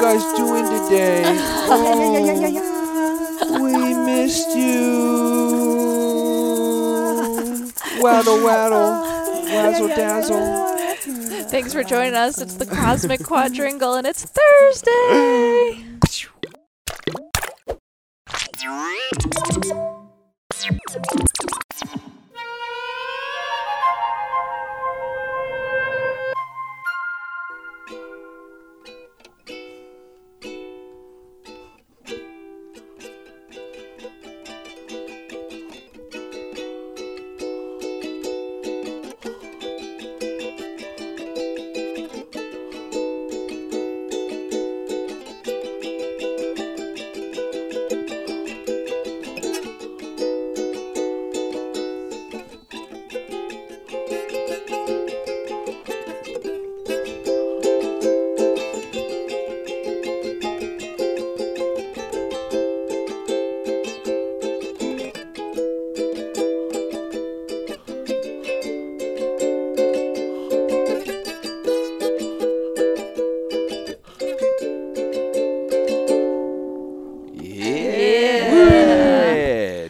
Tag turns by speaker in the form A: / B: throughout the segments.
A: guys doing today? Oh, we missed you. Waddle, waddle, wazzle, dazzle.
B: Thanks for joining us. It's the Cosmic Quadrangle and it's Thursday.
A: Yeah,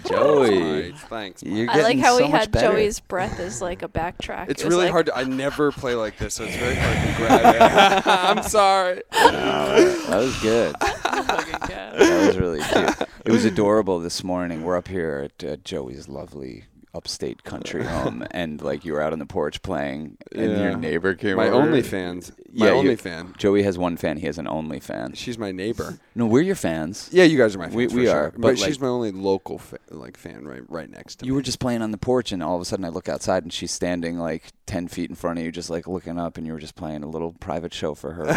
A: Joey.
C: Alright, thanks.
A: You're
C: Mike.
B: I like
A: getting
B: how we
A: so much
B: had
A: better.
B: Joey's breath as like a backtrack.
C: It's
B: It was
C: really
B: like,
C: hard. To, I never play like this, so it's very hard to grab it. I'm sorry.
A: That was good.
B: "Ah."
A: That was really cute. It was adorable this morning. We're up here at uh, Joey's lovely upstate country home, and like you were out on the porch playing, and
C: Yeah.
A: your neighbor came
C: My
A: over.
C: OnlyFans. My
A: Yeah, you-
C: OnlyFan.
A: Joey has one fan. He has an only fan.
C: She's my neighbor.
A: No, we're your fans.
C: Yeah, you guys are my fans.
A: We-
C: for
A: we
C: sure.
A: are,
C: but,
A: but,
C: she's
A: like-
C: my only local fa- like fan right right next to
A: You
C: me.
A: were just playing on the porch, and all of a sudden I look outside, and she's standing like 10 feet in front of you, just like looking up, and you were just playing a little private show for her.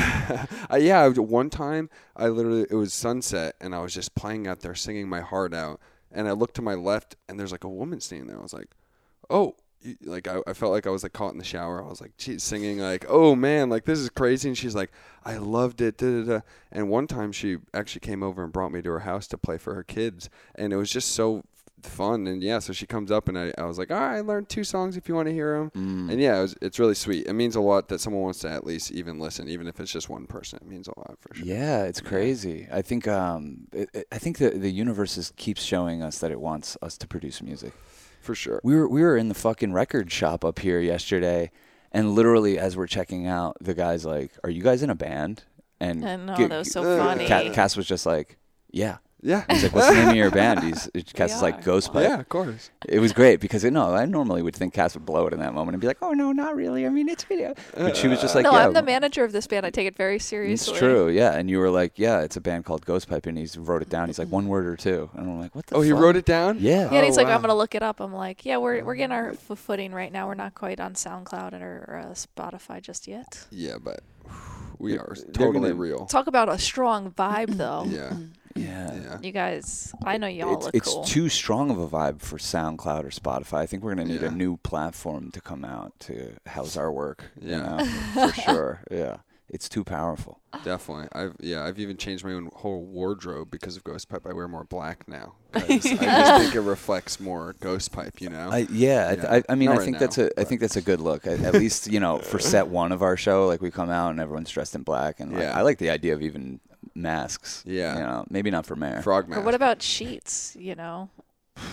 C: Uh, yeah, I was- one time I literally it was sunset and I was just playing out there, singing my heart out, and I looked to my left and there's like a woman standing there. I was like, oh. you- Like I, I felt like I was like caught in the shower. I was like, she's singing like, "Oh man, like this is crazy." And she's like, "I loved it." Da, da, da. And one time she actually came over and brought me to her house to play for her kids, and it was just so fun. And yeah, so she comes up and I, I was like, "All right, I learned two songs if you want to hear them."
A: Mm.
C: And yeah, it was, it's really sweet. It means a lot that someone wants to at least even listen, even if it's just one person. It means a lot for sure.
A: yeah, it's crazy. I think um, it, it- I think the the universe is, keeps showing us that it wants us to produce music.
C: For sure.
A: We were we were in the fucking record shop up here yesterday, and literally as we're checking out, the guy's like, "Are you guys in a band?" And
B: I know,
A: G-
B: oh, that was so
A: Ca-
B: funny.
A: Cass was just like, "Yeah."
C: Yeah.
A: He's like, "What's the name of your band?" He's Cass is
B: are.
A: like, "Ghost Pipe."
C: yeah, of course.
A: It was great because no, I normally would think Cass would blow it in that moment and be like, "Oh no, not really. I mean, it's video." But she was just like,
B: no,
A: "Yeah,
B: I'm the manager of this band. I take it very seriously.
A: It's true, yeah. And you were like, yeah, it's a band called Ghost Pipe, and he's wrote it down. He's like, one word or two, and I'm like, what the?
C: Oh, he
A: fuck?
C: wrote it down.
A: Yeah.
B: Yeah, and he's
C: Oh,
B: like, I'm
C: wow.
B: gonna look it up. I'm like, yeah, we're we're getting our f- footing right now. We're not quite on SoundCloud or, or uh, Spotify just yet.
C: Yeah, but we are
A: they're
C: totally
A: gonna-
C: real.
B: Talk about a strong vibe, though.
C: Yeah.
A: Yeah.
C: Yeah.
B: You guys, I know y'all
A: It's,
B: look
A: it's
B: cool.
A: too strong of a vibe for SoundCloud or Spotify. I think we're gonna need
C: Yeah.
A: a new platform to come out to house our work.
C: Yeah.
A: You know, for sure. Yeah, it's too powerful.
C: Definitely. I've yeah, I've even changed my own whole wardrobe because of Ghost Pipe. I wear more black now. 'cause I just think it reflects more Ghost Pipe, you know.
A: I, yeah, I, th-
C: Yeah.
A: I, I mean,
C: Not
A: I
C: right
A: think
C: now,
A: that's a I
C: but-
A: think that's a good look. At, at least you know for set one of our show, like we come out and everyone's dressed in black, and like,
C: Yeah.
A: I like the idea of even masks.
C: Yeah.
A: you know, maybe not for mayor.
C: Frog
B: Or
C: mask.
B: what about sheets? You know,
C: Oh,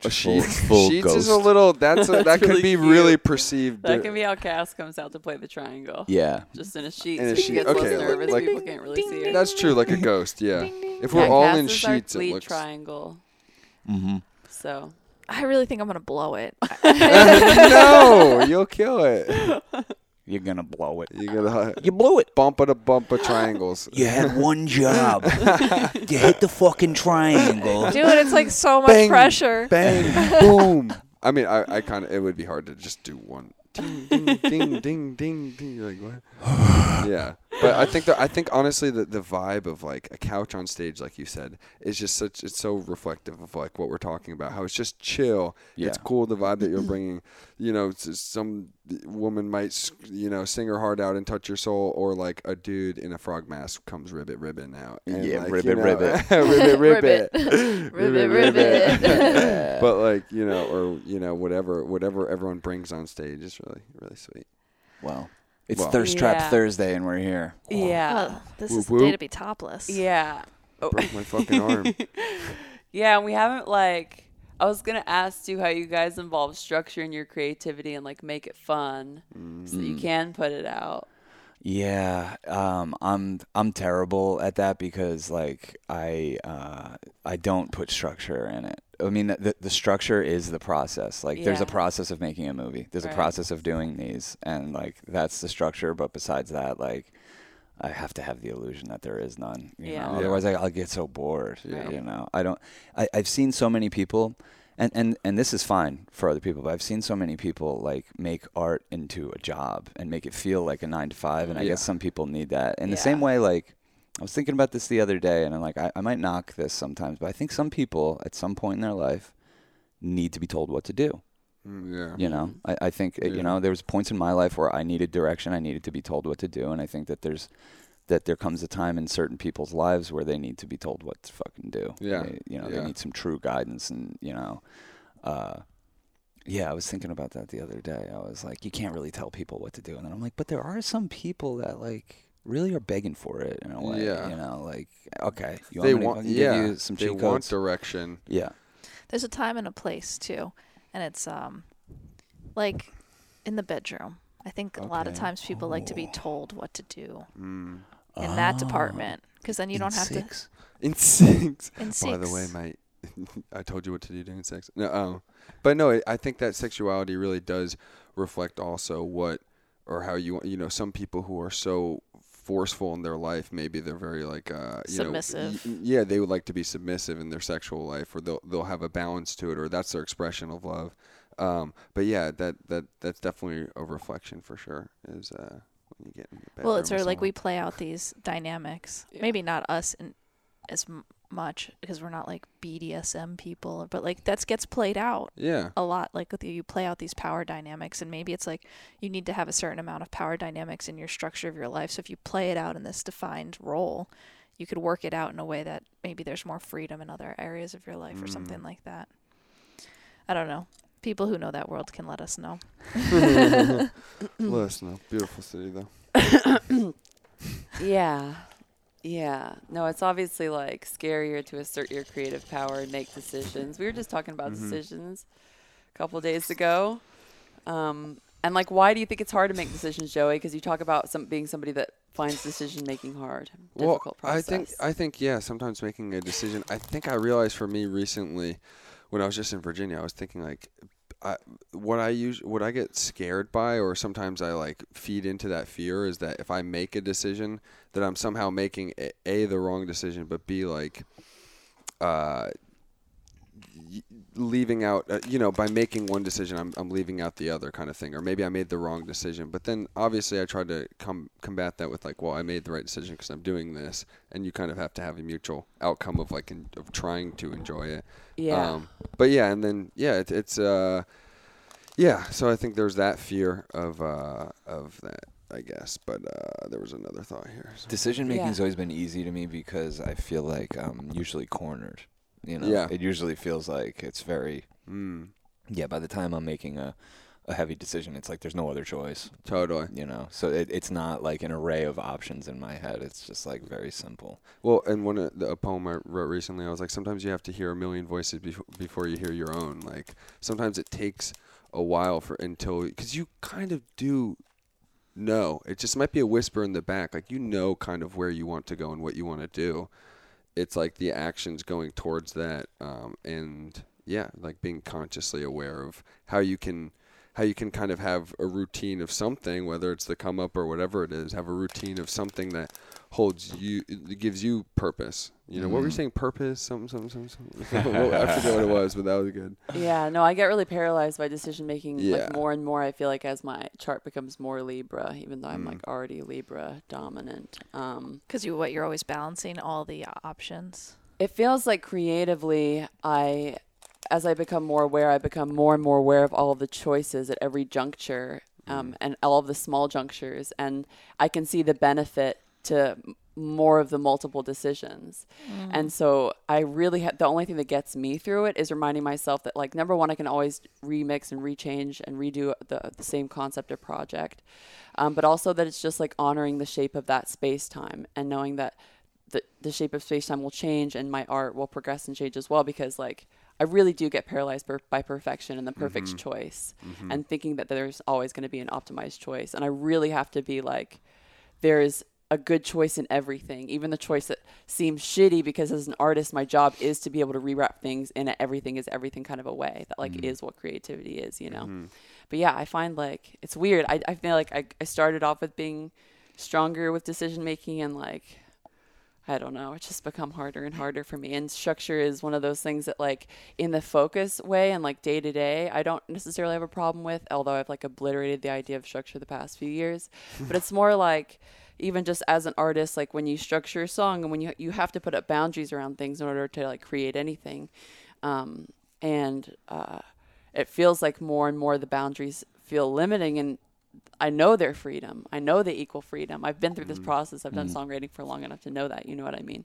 A: Full-
C: sheets?
A: full
C: sheets is a
A: ghost.
C: little. That's, a, that could
D: really
C: be
D: cute.
C: really perceived. uh,
D: That can be how Cass comes out to play the triangle.
A: Yeah,
D: Just in a sheet.
C: In a
D: so she
C: sheet.
D: gets
C: Okay,
D: less nervous.
C: like-
D: People can't really see her.
C: That's true, like a ghost. Yeah. If
D: Yeah,
C: we're all
D: Cass
C: in
D: is our
C: sheets, it
D: lead
C: looks.
D: triangle. Mm-hmm. So
B: I really think I'm gonna blow it.
C: no, you'll kill it.
A: you're gonna blow it.
C: You gotta
A: You blew it.
C: bump it a bump of triangles.
E: You had one job. you hit the fucking triangle.
B: Dude, it's like so much
C: Bang.
B: pressure.
C: Bang, boom. I mean, I, I kind of it would be hard to just do one. Ding, ding, ding, ding, ding, ding. You're like what? Yeah, but I think that I think honestly that the vibe of like a couch on stage, like you said, is just such. It's so reflective of like what we're talking about. How it's just chill. It's
A: Yeah.
C: cool the vibe that you're bringing. You know, s- some woman might s- you know sing her heart out and touch your soul, or like a dude in a frog mask comes ribbit ribbon out. And,
A: Yeah,
C: like,
A: ribbit,
C: you know, ribbit
A: ribbit.
C: ribbit
B: Ribbit.
C: ribbit,
B: Ribbit,
C: ribbit. but like you know, or you know, whatever, whatever everyone brings on stage is really, really sweet.
A: Well, It's
C: Well-
A: Thirst Trap
D: Yeah.
A: Thursday, and we're here.
D: Yeah.
B: Oh, this
C: Whoop
B: is the day to
C: whoop.
B: be topless.
D: Yeah. Oh.
C: Broke my fucking arm.
D: Yeah, and we haven't like I was gonna ask you how you guys involve structure in your creativity and like make it fun so
C: Mm.
D: that you can put it out.
A: Yeah, um, I'm I'm terrible at that because like I uh, I don't put structure in it. I mean, the the structure is the process. Like, there's a
D: Yeah.
A: process of making a movie. There's a
D: Right.
A: process of doing these, and like that's the structure. But besides that, like, I have to have the illusion that there is none. You
D: Yeah.
A: know,
D: Yeah.
A: otherwise I, I'll get so bored.
C: Yeah.
A: You know, I don't. I, I've seen so many people, and and and this is fine for other people, but I've seen so many people like make art into a job and make it feel like a nine to five. And I guess
C: Yeah.
A: some people need that. In the
D: Yeah.
A: same way, like I was thinking about this the other day, and I'm like, I, I might knock this sometimes, but I think some people at some point in their life need to be told what to do.
C: Mm, yeah.
A: You know, I, I think uh,
C: Yeah.
A: you know there was points in my life where I needed direction. I needed to be told what to do, and I think that there's that there comes a time in certain people's lives where they need to be told what to fucking do.
C: Yeah.
A: They- you know,
C: Yeah.
A: they need some true guidance, and you know, uh, yeah. I was thinking about that the other day. I was like, you can't really tell people what to do, and then I'm like, but there are some people that like really are begging for it in a way.
C: Yeah.
A: You know, like okay, you want
C: They
A: me to
C: want
A: fucking
C: yeah.
A: give you some
C: they
A: cheat
C: want
A: codes?
C: direction.
A: yeah.
B: There's a time and a place too, and it's um, like in the bedroom. I think a lot of
A: Okay.
B: times people like
C: Oh.
B: to be told what to do
C: Mm.
B: in that
A: Ah.
B: department because then you
A: In
B: don't have
A: six?
C: In six.
B: to. In six.
C: By the way, mate, I told you what to do during sex. No, um, but no, I- I think that sexuality really does reflect also what or how you you know some people who are so forceful in their life maybe they're very like uh you
B: Submissive.
C: know y- yeah they would like to be submissive in their sexual life or they'll they'll have a balance to it or that's their expression of love um but yeah that that that's definitely a reflection for sure is uh when you get in the
B: well, it's sort
C: bedroom with
B: of like
C: someone.
B: we play out these dynamics.
D: Yeah.
B: Maybe not us in, as m- much because we're not like BDSM people, but like that gets played out
C: yeah
B: a lot like with you, you play out these power dynamics and maybe it's like you need to have a certain amount of power dynamics in your structure of your life so if you play it out in this defined role you could work it out in a way that maybe there's more freedom in other areas of your life or something like that i don't know people who know that world can let us know
C: listen beautiful city though
D: Yeah. Yeah. No, it's obviously like scarier to assert your creative power and make decisions. We were just talking about
C: Mm-hmm.
D: decisions a couple days ago. Um, and like, why do you think it's hard to make decisions, Joey? Because you talk about some being somebody that finds decision making hard, difficult
C: I
D: process.
C: think I think yeah. Sometimes making a decision. I think I realized for me recently, when I was just in Virginia, I was thinking like, I, what I use, what I get scared by, or sometimes I like feed into that fear is that if I make a decision, that I'm somehow making a, a the wrong decision, but b like, uh, y- leaving out uh, you know by making one decision I'm, I'm leaving out the other kind of thing or maybe i made the wrong decision but then obviously i tried to com- combat that with like well i made the right decision because i'm doing this and you kind of have to have a mutual outcome of like in, of trying to enjoy it Um,
D: Yeah.
C: but yeah and then yeah it, it's uh yeah so i think there's that fear of uh of that i guess but uh there was another thought here so.
F: Decision making's
D: Yeah.
F: always been easy to me because I feel like I'm usually cornered. You know,
C: Yeah.
F: it usually feels like it's very
C: mm,
F: yeah. By the time I'm making a a heavy decision, it's like there's no other choice.
C: totally
F: You know, so it, it's not like an array of options in my head. It's just like very simple.
C: Well, and one of the, a poem I wrote recently, I was like, sometimes you have to hear a million voices before before you hear your own. Like sometimes it takes a while for until because you kind of do know. It just might be a whisper in the back. Like you know, kind of where you want to go and what you want to do. It's like the actions going towards that, um, and yeah, like being consciously aware of how you can how you can kind of have a routine of something, whether it's the come up or whatever it is, have a routine of something that holds you, it gives you purpose. You know, what
A: Mm.
C: were you saying? Purpose, something, something, something, something. Well, I forget what it was, but that was good.
D: Yeah, no, I get really paralyzed by decision making.
C: Yeah.
D: Like more and more, I feel like as my chart becomes more Libra, even though I'm
C: Mm.
D: like already Libra dominant. Um,
B: because you what you're always balancing all the options
D: it feels like creatively, I, as I become more aware, I become more and more aware of all of the choices at every juncture, um, and all of the small junctures, and I can see the benefit to more of the multiple decisions. And so I really ha- the only thing that gets me through it is reminding myself that like number one, I can always remix and rechange and redo the, the same concept or project, um, but also that it's just like honoring the shape of that space time and knowing that the, the shape of space time will change and my art will progress and change as well because like I really do get paralyzed per- by perfection and the perfect choice and thinking that there's always going to be an optimized choice and I really have to be like there is a good choice in everything, even the choice that seems shitty because as an artist, my job is to be able to rewrap things in a everything is everything kind of a way that like is what creativity is, you know? But yeah, I find like, it's weird. I, I feel like I, I started off with being stronger with decision making and like, I don't know. It's just become harder and harder for me. And structure is one of those things that, like, in the focus way and like day to day, I don't necessarily have a problem with, although I've like obliterated the idea of structure the past few years. but it's more like, even just as an artist, like when you structure a song and when you you have to put up boundaries around things in order to like create anything, um, and uh, it feels like more and more the boundaries feel limiting and I know their freedom. I know they equal freedom. I've been through
C: Mm-hmm.
D: this process. I've done songwriting for long enough to know that. You know what I mean?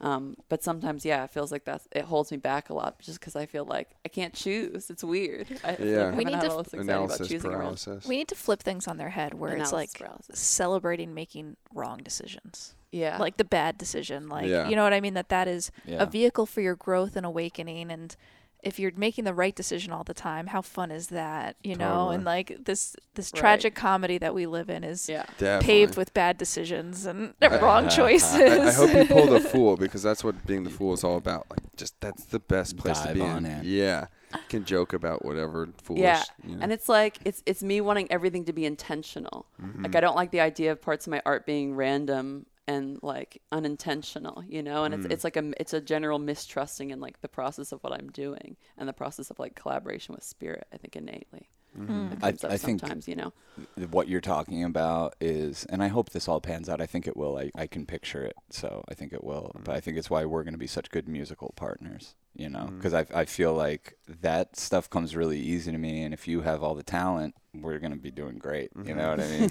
D: Um, but sometimes, yeah, it feels like that's it holds me back a lot just because I feel like I can't choose. It's weird. I,
C: Yeah.
D: I
C: We
D: haven't
B: need
D: had
B: to
D: all
B: f-
D: this anxiety about
C: Analysis
D: choosing around-
C: paralysis.
B: We need to flip things on their head where it's like
D: Analysis paralysis.
B: celebrating making wrong decisions.
D: Yeah.
B: Like the bad decision. Like
C: Yeah.
B: you know what I mean? That that is
A: Yeah.
B: a vehicle for your growth and awakening and if you're making the right decision all the time, how fun is that? You know,
C: Totally.
B: and like this this
D: Right.
B: tragic comedy that we live in is
D: yeah.
B: paved
C: Definitely.
B: with bad decisions and wrong choices.
C: I, I hope you pull the fool because that's what being the fool is all about. Like, just that's the best place to
A: Dive
C: be
A: on
C: in.
A: in.
C: Yeah, you can joke about whatever foolish.
D: Yeah.
C: you know.
D: And it's like it's it's me wanting everything to be intentional.
A: Mm-hmm.
D: Like I don't like the idea of parts of my art being random and like unintentional, you know? And
A: Mm.
D: it's it's like a it's a general mistrusting in like the process of what I'm doing and the process of like collaboration with spirit, I think innately.
B: Hmm.
D: That
A: I-
D: comes up
A: I think-
D: sometimes, you know.
A: th- what you're talking about is, and I hope this all pans out. I think it will. I, I can picture it, so I think it will. But I think it's why we're going to be such good musical partners, you know, because I I feel like that stuff comes really easy to me, and if you have all the talent, we're going to be doing great. You know what I mean?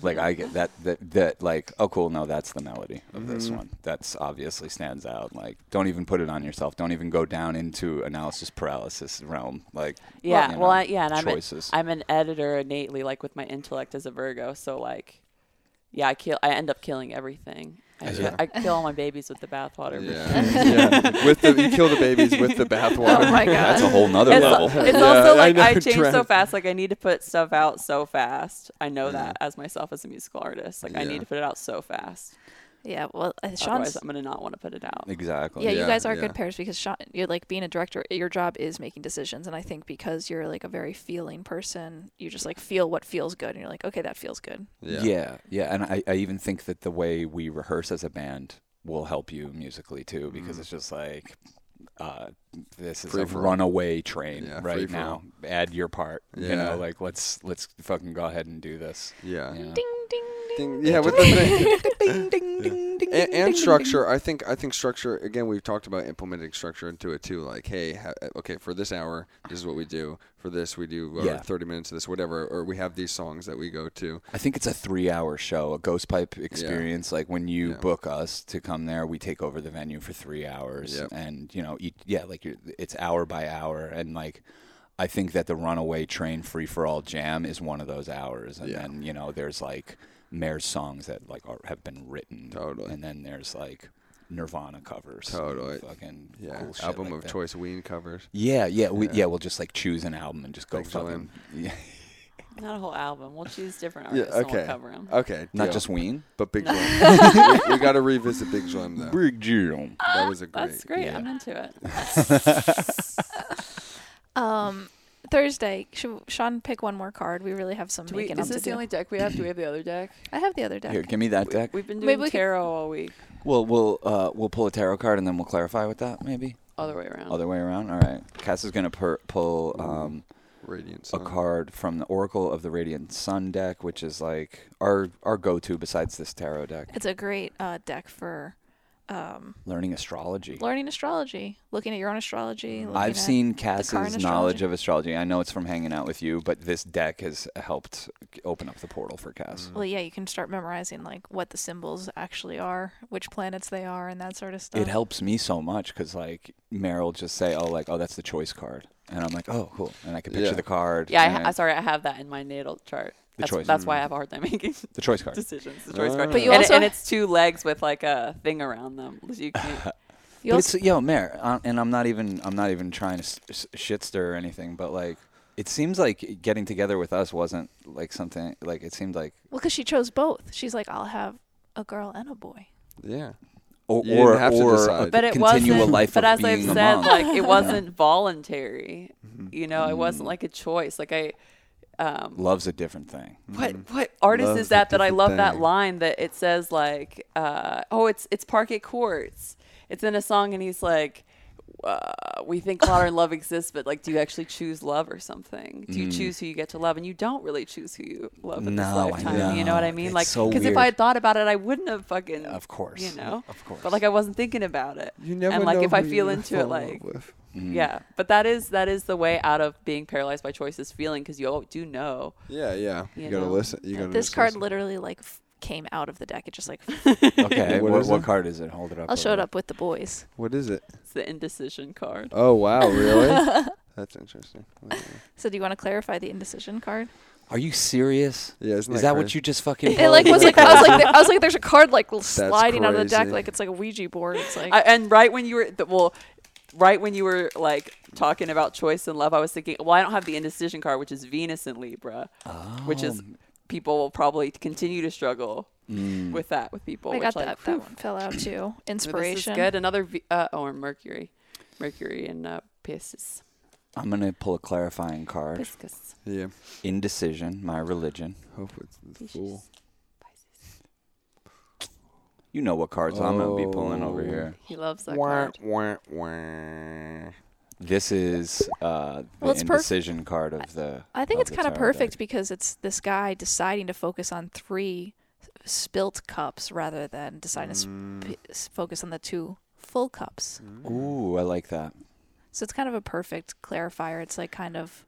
A: like I get that that that like oh cool no that's the melody of this one that's obviously stands out. Like don't even put it on yourself. Don't even go down into analysis paralysis realm. Like
D: Yeah,
A: you
D: well,
A: know,
D: I, yeah, and I'm an,
A: choices.
D: I'm an editor innately, like with my intellect as a Virgo. So like, yeah, I kill, I end up killing everything. I,
C: Yeah.
D: I kill all my babies with the bathwater. for sure.
C: yeah. yeah. With the you kill the babies with the bathwater.
B: oh my god.
A: that's a whole nother
D: It's,
A: level.
D: it's
C: Yeah,
D: also
C: I
D: like
C: know,
D: I, change so
C: Trent.
D: fast. Like I need to put stuff out so fast. I know
A: Mm-hmm.
D: that as myself as a musical artist. Like I
C: Yeah.
D: need to put it out so fast.
B: Yeah, well, uh, Sean's
D: Otherwise, I'm gonna not want to put it out.
A: Exactly.
B: yeah, you
C: Yeah,
B: guys are
C: yeah.
B: good pairs because Sean, you're like being a director, your job is making decisions, and I think because you're like a very feeling person, you just like feel what feels good, and you're like, okay, that feels good.
A: Yeah. yeah, And I, I even think that the way we rehearse as a band will help you musically too, because it's just like, uh, this is
C: Mm-hmm. Free
A: a
C: for all.
A: runaway train
C: Yeah, free
A: right
C: for
A: now. Add your part. You
C: Yeah.
A: know, like let's let's fucking go ahead and do this.
C: Yeah.
A: You know?
B: Ding ding ding.
C: Thing- Yeah, with the thing. and, and structure. I think I think structure. Again, we've talked about implementing structure into it too. Like, hey, ha- uh, okay, for this hour, this is what we do. For this, we do uh,
A: Yeah.
C: thirty minutes of this, whatever. Or we have these songs that we go to.
A: I think it's a three-hour show, a ghost pipe experience. Like when you
C: Yeah.
A: book us to come there, we take over the venue for three hours,
C: Yep.
A: and you know, each, yeah, like you're, it's hour by hour, and like I think that the Runaway Train Free for All Jam is one of those hours, and
C: Yeah.
A: then you know, there's like Mare's songs that like are, have been written,
C: Totally.
A: and then there's like Nirvana covers, and
C: Totally.
A: fucking
C: Yeah,
A: cool shit
C: album
A: like
C: of
A: that.
C: choice, Ween covers.
A: Yeah, yeah, we, yeah. We'll just like choose an album and just go
C: Thanks,
A: fucking, yeah.
D: Not a whole album. We'll choose different
C: Yeah.
D: artists and
C: Okay.
D: we'll cover them.
C: Okay.
A: not
C: deal.
A: just Ween.
C: But Big Jim. we, we got to revisit Big Jim though.
A: Big Jim.
C: That was a great.
D: That's great.
A: Yeah.
D: I'm into it.
B: Um, Thursday, should Sean pick one more card? We really have some
D: Do we,
B: making
D: is
B: up to
D: this the
B: do.
D: only deck we have? Do we have the other deck?
B: I have the other deck.
A: Here, give me that deck.
D: We've been
B: Maybe
D: doing
B: we could-
D: tarot all week.
A: Well, we'll uh, we'll pull a tarot card and then we'll clarify with that maybe.
D: Other way around.
A: Other way around. All right. Cass is gonna per- pull um,
C: Radiant.
A: a
C: Sun.
A: card from the Oracle of the Radiant Sun deck, which is like our our go-to besides this tarot deck.
B: It's a great uh, deck for um,
A: learning astrology.
B: learning astrology, looking at your own astrology. looking
A: I've
B: at
A: seen
B: current
A: Cass's
B: astrology.
A: knowledge of astrology. I know it's from hanging out with you, but this deck has helped open up the portal for
C: Mm-hmm.
A: Cass.
D: Mm.
B: Well, yeah, you can start memorizing like what the symbols actually are, which planets they are, and that sort of stuff.
A: It helps me so much because like Meryl will just say, "Oh, like oh, that's the choice card," and I'm like, "Oh, cool," and I can picture
C: Yeah.
A: the card.
D: Yeah, I, ha-
A: and
D: I- sorry, I have that in my natal chart.
A: The
D: That's,
A: choice. Mm.
D: that's why I have a hard time making
A: the choice card.
D: decisions. The choice card.
B: But you
D: and, it-
B: also-
D: and it's two legs with like a thing around them. You can't,
B: You
A: But
B: also,
A: it's yo, Mayor, uh, and I'm not even I'm not even trying to s- s- shit stir or anything, but like it seems like getting together with us wasn't like something like it seemed like
B: well, because she chose both. She's like, I'll have a girl and a boy.
C: Yeah.
A: or
C: You didn't
A: or,
C: have to
A: or
C: decide.
A: but
D: but it
A: continue
D: wasn't.
A: a life
D: but
A: of
D: as
A: being
D: I've
A: a
D: said,
A: mom. Mm-hmm.
D: like it wasn't voluntary. You know, it wasn't like a choice. Like I, um,
A: Love's a different thing.
D: what what
A: mm-hmm.
D: artist
C: Love
D: is
C: the
D: that that I
C: different
D: love that
C: thing.
D: line that it says like uh, oh it's it's Park at Courts it's in a song and he's like uh, we think modern love exists but like do you actually choose love or something do you choose who you get to love and you don't really choose who you love
A: Mm.
D: in
A: No, I
D: this lifetime you know
A: know.
D: what I mean
A: It's
D: like
A: so
D: if
A: weird.
D: I had thought about it I wouldn't have fucking
A: Of course.
D: Mm. you know
A: Of course.
D: but like I wasn't thinking about it
C: You never
D: and like
C: know
D: if I
C: who
D: feel
C: you're
D: into
C: gonna
D: it
C: fall in love
D: like
C: with.
A: Mm.
D: yeah but that is that is the way out of being paralyzed by choice is feeling because you all do know
C: Yeah, yeah. You,
D: You
C: gotta
D: know.
C: listen. You
B: Uh,
C: gotta.
B: This
C: just
B: card
C: listen.
B: literally like f- came out of the deck. It just like
A: okay,
C: What
A: what,
C: is
A: what,
C: it?
A: card is it? Hold it up.
B: I'll show it
A: over.
B: up with the boys.
C: What is it?
D: it's the indecision card.
C: Oh wow, really? That's interesting.
B: So do you want to clarify the indecision card?
A: Are you serious?
C: Yeah, isn't
A: is
C: that
A: that
C: crazy?
A: what you just fucking?
B: It like was like I was like I was like there's a card like sliding out of the deck
C: crazy.
B: like it's like a Ouija board. It's like
D: I, and right when you were th- well, right when you were like talking about choice and love, I was thinking, well, I don't have the indecision card, which is Venus in Libra, which is
C: Oh.
D: people will probably continue to struggle
C: Mm.
D: with that with people.
B: I
D: which,
B: got oh,
D: like,
B: that.
D: whew,
B: That one fell out too. Inspiration.
D: This is good. Another v- uh, oh, or Mercury, Mercury and uh, Pisces.
A: Oh. I'm gonna pull a clarifying card.
D: Pisces.
C: Yeah.
A: Indecision, my religion.
C: Hope it's the fool.
A: You know what cards I'm gonna be pulling over
C: Oh.
A: here.
D: He loves that
C: Wah,
D: card.
C: wah, wah.
A: This is uh, the
B: Well, it's perf-
A: indecision card of the.
B: I think it's
A: the
B: kind of
A: tarot
B: perfect
A: deck.
B: because it's this guy deciding to focus on three spilt cups rather than deciding
C: Mm.
B: to sp- s- focus on the two full cups.
A: Ooh, I like that.
B: So it's kind of a perfect clarifier. It's like kind of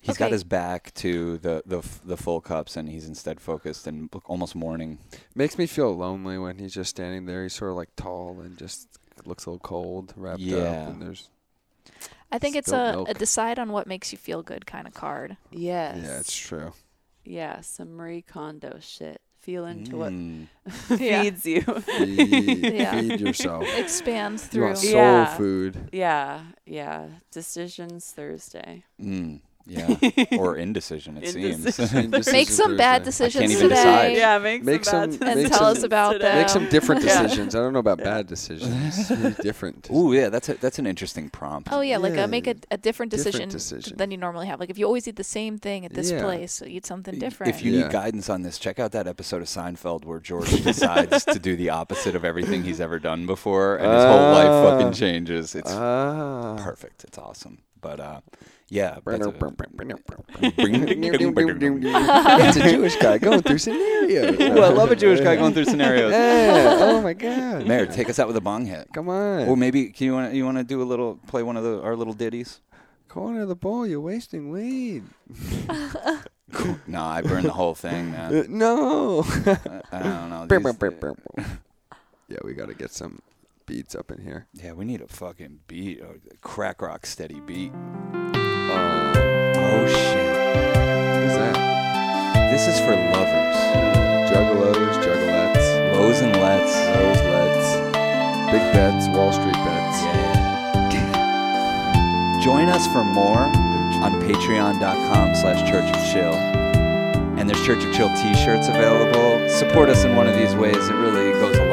A: He's got
B: Okay.
A: his back to the, the f- the full cups, and he's instead focused and look- almost mourning.
C: Makes me feel lonely when he's just standing there. He's sort of like tall and just looks a little cold, wrapped
A: Yeah.
C: up. And there's
B: I think it's
C: Spilt
B: a, a
C: milk.
B: decide on what makes you feel good kind of card.
D: Yes.
C: yeah, it's true.
D: yeah. Some Marie Kondo shit. Feel into what
A: Mm.
B: Yeah.
D: feeds you.
C: Feed,
B: Yeah.
C: feed yourself.
B: Expand
C: You
B: through.
C: want soul
D: Yeah.
C: food.
D: Yeah, yeah. Decisions Thursday.
A: Mm. Yeah, or indecision. It
D: Indecision.
A: seems.
B: Make
C: Decisions
B: some bad
C: Thursday.
B: decisions
A: even
B: today.
A: decide.
D: Yeah, make,
C: Make
D: some,
C: some-
D: bad
B: And
C: make
B: tell
C: some-
B: us about
D: today.
B: them.
C: Make some different
D: Yeah.
C: decisions. I don't know about bad decisions. Really different.
A: Ooh, yeah, that's a, that's an interesting prompt.
B: Oh yeah, like
C: Yeah.
B: a, make a, a different decision,
C: Different decision.
B: than you normally have. Like if you always eat the same thing at this
C: Yeah.
B: place, so eat something
A: Y-
B: different.
A: If you
C: Yeah.
A: need guidance on this, check out that episode of Seinfeld where George decides to do the opposite of everything he's ever done before, and his whole life fucking
C: Ah.
A: changes. It's
C: Ah.
A: perfect. It's awesome. But uh, yeah, that's
C: it's a Jewish guy going through scenarios.
A: a- Ooh, I love a Jewish guy going through scenarios.
C: Yeah. Oh my god.
A: Mayor, take us out with a bong hit.
C: Come on.
A: Or maybe can you want you want to do a little play one of the our little ditties?
C: Corner of the ball, you're wasting weed.
A: no, I burned the whole thing,
C: Uh,
A: man.
C: no.
A: I, I don't know.
C: Brr,
A: these-
C: brr, brr, brr, brr. yeah, we gotta get some beats up in here.
A: yeah, we need a fucking beat, or crack rock steady beat.
C: Uh,
A: Oh shit,
C: who's that?
A: this is for lovers,
C: Juggalos, juggalettes,
A: lows and lets.
C: those lets, big bets, Wall Street bets.
A: Yeah. Join us for more on patreon.com slash church of chill. And there's Church of Chill t-shirts available. Support us in one of these ways. It really goes a